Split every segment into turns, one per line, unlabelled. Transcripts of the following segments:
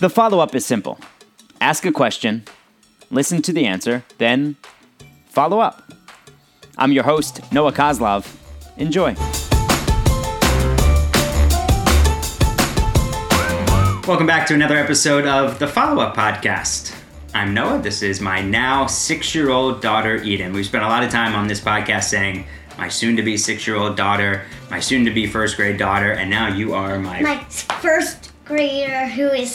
The follow up is simple ask a question, listen to the answer, then follow up. I'm your host, Noah Kozlov. Enjoy.
Welcome back to another episode of the Follow Up Podcast. I'm Noah. This is my now six year old daughter, Eden. We've spent a lot of time on this podcast saying, my soon to be six year old daughter, my soon to be first grade daughter, and now you are my.
my first grader who is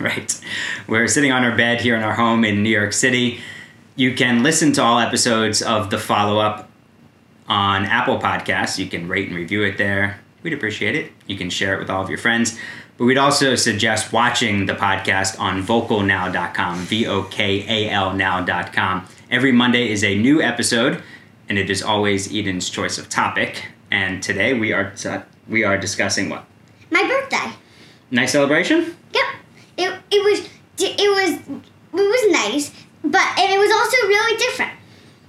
right. We're sitting on our bed here in our home in New York City. You can listen to all episodes of the follow up on Apple Podcasts. You can rate and review it there. We'd appreciate it. You can share it with all of your friends. But we'd also suggest watching the podcast on vocalnow.com, V O K A L now.com. Every Monday is a new episode, and it is always Eden's choice of topic. And today we are uh, we are discussing what?
my birthday.
Nice celebration?
Yep. It, it was it was it was nice, but and it was also really different.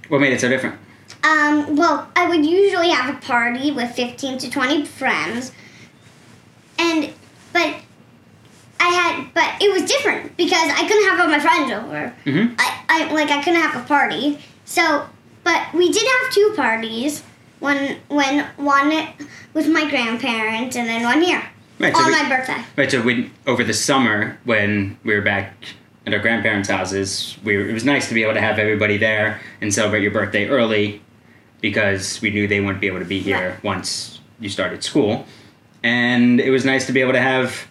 What made it so different?
Um, well, I would usually have a party with 15 to 20 friends. And but I had but it was different because I couldn't have all my friends over.
Mhm.
I, I like I couldn't have a party. So, but we did have two parties. One when one with my grandparents and then one here
Right, so
on
we-
my birthday.
Right, so when, over the summer, when we were back at our grandparents' houses, we were, it was nice to be able to have everybody there and celebrate your birthday early because we knew they wouldn't be able to be here
Right.
once you started school. And it was nice to be able to have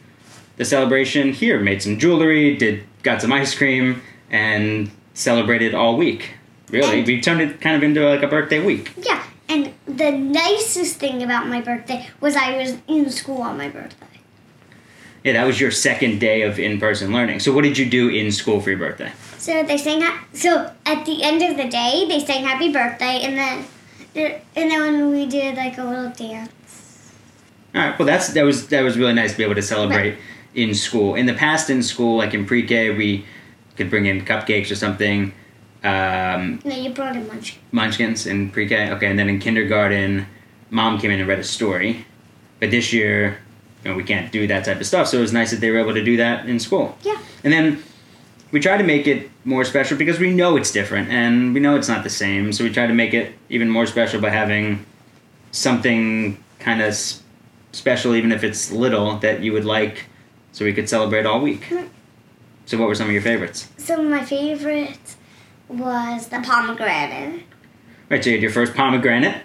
the celebration here. Made some jewelry, did got some ice cream, and celebrated all week. Really,
And-
we turned it kind of into like a birthday week.
Yeah, and the nicest thing about my birthday was I was in school on my birthday.
Yeah, that was your second day of in-person learning. So, what did you do in school for your birthday?
So they sang. ha- So at the end of the day, they sang "Happy Birthday," and then, there- and then when we did like a little dance.
All right. Well, that's that was that was really nice to be able to celebrate in school. In the past, in school, like in pre-K, we could bring in cupcakes or something, um,
No, you brought a munchkin.
munchkins in pre-K. Okay, and then in kindergarten, mom came in and read a story. But this year, you know, we can't do that type of stuff. So it was nice that they were able to do that in school.
Yeah,
And then we try to make it more special because we know it's different and we know it's not the same. So we try to make it even more special by having something kind of s- special, even if it's little, that you would like so we could celebrate all week.
Mm.
So, what were some of your favorites?
some of my favorites was the pomegranate.
Right, so you had your first pomegranate.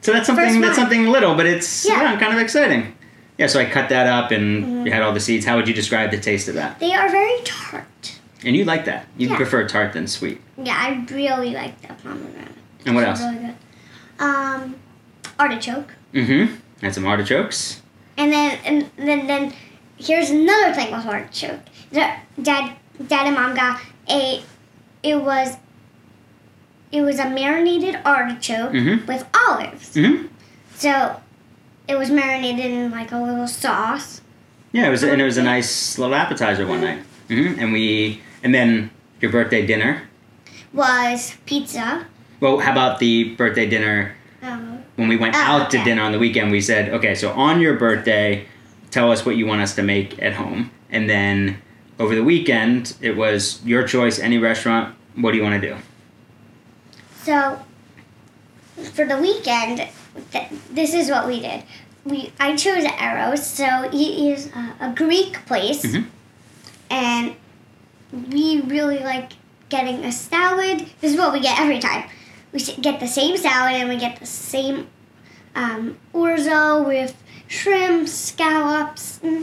So that's something
First
that's
one.
something little, but it's
Yeah. Mm-hmm.
yeah, kind of exciting. Yeah, so I cut that up and you had all the seeds. How would you describe the taste of that?
They are very tart.
And you like that. You
Yeah.
prefer tart than sweet.
Yeah, I really like the pomegranate.
And what
They're
else?
Really good. Um, artichoke,
Mm-hmm. Had some artichokes.
and then and then then here's another thing with artichoke. The- Dad, dad, and mom got a. It was. It was a marinated artichoke
Mhm.
with olives.
Mm-hmm.
So it was marinated in like a little sauce.
Yeah, it was, and it was a nice little appetizer one night. hmm And we, and then your birthday dinner.
Was pizza.
Well, how about the birthday dinner
Um,
when we went
Oh,
out to
okay.
dinner on the weekend? We said, okay, so on your birthday, tell us what you want us to make at home, and then over the weekend, it was your choice, any restaurant. What do you want to do?
so for the weekend, th- this is what we did. We I chose Eros, so it is a, a Greek place,
Mhm.
and we really like getting a salad. This is what we get every time. We s- get the same salad, and we get the same um, orzo with shrimp, scallops, mm,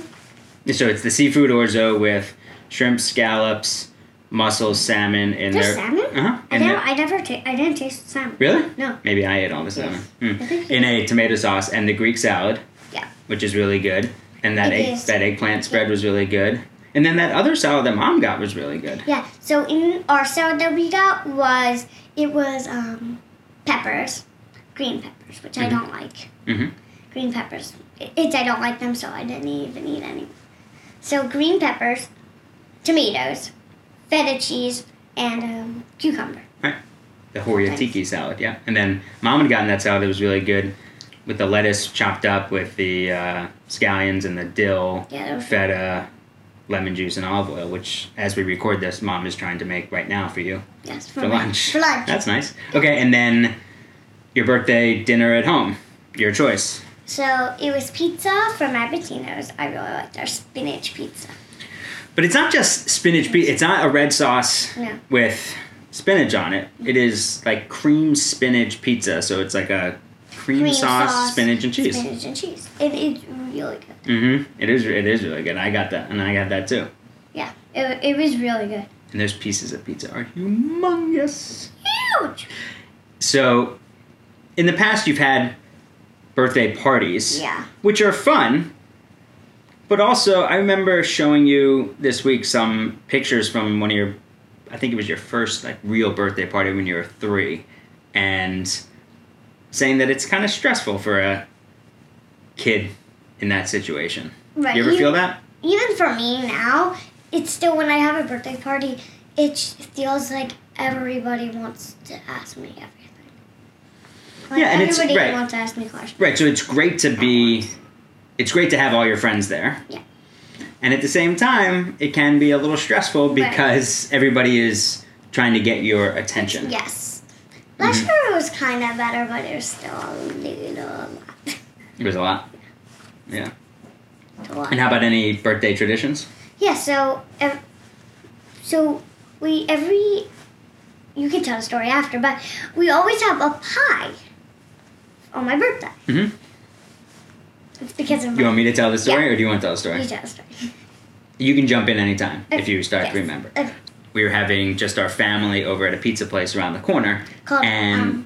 and
So it's the seafood orzo with shrimp, scallops, mussels, salmon, and there.
There's salmon?
Uh-huh.
I
And
never,
there-
I never, ta- I didn't taste salmon.
Really?
No.
Maybe I ate all the salmon. Mm.
I think-
In a tomato sauce and the Greek salad,
Yeah.
which is really good. And that
It
egg,
is.
that eggplant spread was really good. And then that other salad that mom got was really good.
Yeah. So in our salad that we got was it was um, peppers, green peppers, which I don't like.
Mhm.
Green peppers. It- It's I don't like them, so I didn't even eat any. So green peppers, tomatoes, feta cheese, and um, cucumber.
The Horia
Nice.
tiki salad, yeah. And then mom had gotten that salad that was really good with the lettuce chopped up with the uh, scallions and the dill,
Yeah. Those,
feta, lemon juice and olive oil, which, as we record this, mom is trying to make right now for you
Yes,
for lunch.
For lunch.
That's nice. Okay, and then your birthday dinner at home, your choice.
so it was pizza from Abatino's. I really liked our spinach pizza.
But it's not just spinach. Pe- it's not a red sauce
No.
with spinach on it. It is like cream spinach pizza. So it's like a cream,
Cream
sauce, spinach, and cheese.
Spinach and cheese. It is really good.
Mm-hmm. It is. It is really good. I got that, and I got that too.
Yeah, it, it was really good.
And those pieces of pizza are humongous.
Huge.
So, in the past, you've had birthday parties,
Yeah.
which are fun. But also, I remember showing you this week some pictures from one of your, I think it was your first like real birthday party when you were three, and saying that it's kind of stressful for a kid in that situation.
Right,
You ever
you-
feel that?
Even for me now, it's still when I have a birthday party, it sh- feels like everybody wants to ask me everything. Like,
Yeah, and it's-
everybody
right.
wants to ask me questions.
Right, so it's great to be it's great to have all your friends there.
Yeah.
And at the same time, it can be a little stressful
Right.
because everybody is trying to get your attention.
Yes.
Mm-hmm.
Last year it was kind of better, but it was still a little a lot.
It was a lot. Yeah.
A lot.
And how about any birthday traditions?
Yeah, so ev- so we every you can tell the story after, but we always have a pie on my birthday.
hmm
It's because of my,
You want me to tell the story
Yeah.
or do you want to tell the story?
you tell the story.
You can jump in anytime if you start
Yes.
to remember.
Okay.
We were having just our family over at a pizza place around the corner.
Called
and
um,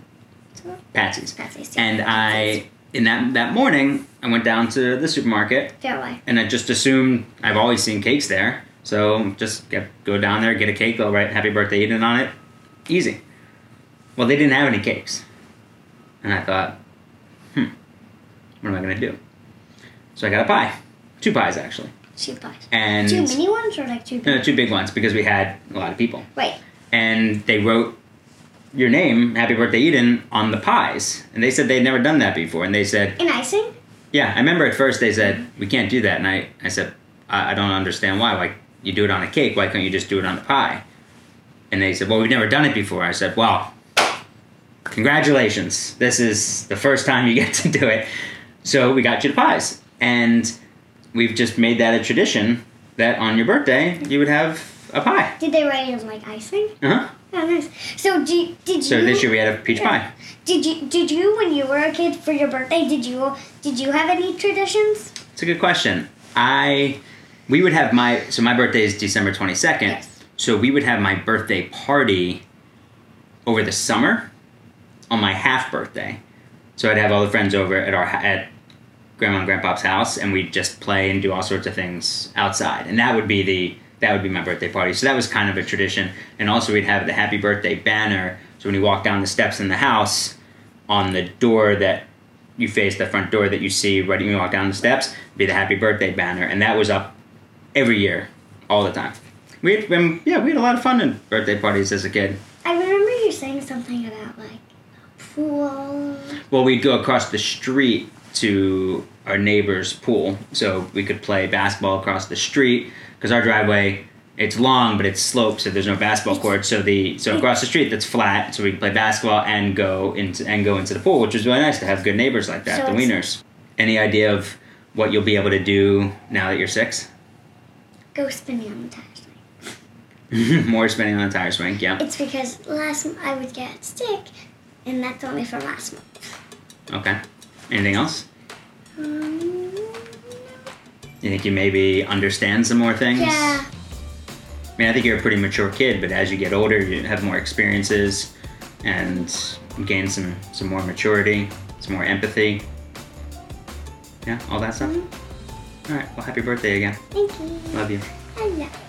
so-
Patsy's.
Patsy's, yeah.
And I in that that morning I went down to the supermarket
Fairway.
and I just assumed I've always seen cakes there, so just get, go down there, get a cake, they'll write "Happy Birthday Eden" on it, easy. Well, they didn't have any cakes, and I thought, hmm, what am I gonna do? So I got a pie, two pies actually,
Two pies.
and Uh,
two mini ones or like two big
no, two big ones because we had a lot of people,
Wait.
and they wrote your name, "Happy Birthday Eden," on the pies, and they said they'd never done that before, and they said
In icing?
yeah, I remember at first they said, we can't do that. And I, I said, I, I don't understand why. Like, you do it on a cake. Why can't you just do it on the pie? And they said, well, we've never done it before. I said, well, congratulations. This is the first time you get to do it. So we got you the pies. And we've just made that a tradition that on your birthday, you would have a pie.
Did they write it in like icing?
Uh-huh.
Oh, nice. So do you- did you
So this year we had a peach pie.
Did you did you when you were a kid for your birthday did you did you have any traditions?
It's a good question. I we would have my so my birthday is December twenty second.
Yes.
So we would have my birthday party over the summer on my half birthday. So I'd have all the friends over at our at grandma and grandpa's house, and we'd just play and do all sorts of things outside. And that would be the that would be my birthday party. So that was kind of a tradition. And also we'd have the happy birthday banner. So when you walk down the steps in the house, on the door that you face the front door that you see right when you walk down the steps, be the happy birthday banner, and that was up every year, all the time. We had, um, yeah, we had a lot of fun in birthday parties as a kid.
I remember you saying something about like pool.
Well, we'd go across the street to our neighbor's pool, so we could play basketball across the street because our driveway it's long but it's sloped, so there's no basketball court. So the so across the street that's flat, so we can play basketball and go into and go into the pool, which was really nice to have good neighbors like that,
So
the
it's-
Wieners. Any idea of what you'll be able to do now that you're six?
Go spinning on the tire swing.
More spinning on the tire swing, yeah.
It's because last m- I would get sick, and that's only from last month.
Okay. Anything else?
Um,
You think you maybe understand some more things?
yeah,
I mean, I think you're a pretty mature kid, but as you get older, you have more experiences and gain some, some more maturity, some more empathy. Yeah, all that stuff. All right, well, happy birthday again.
thank you.
Love you.
I love you.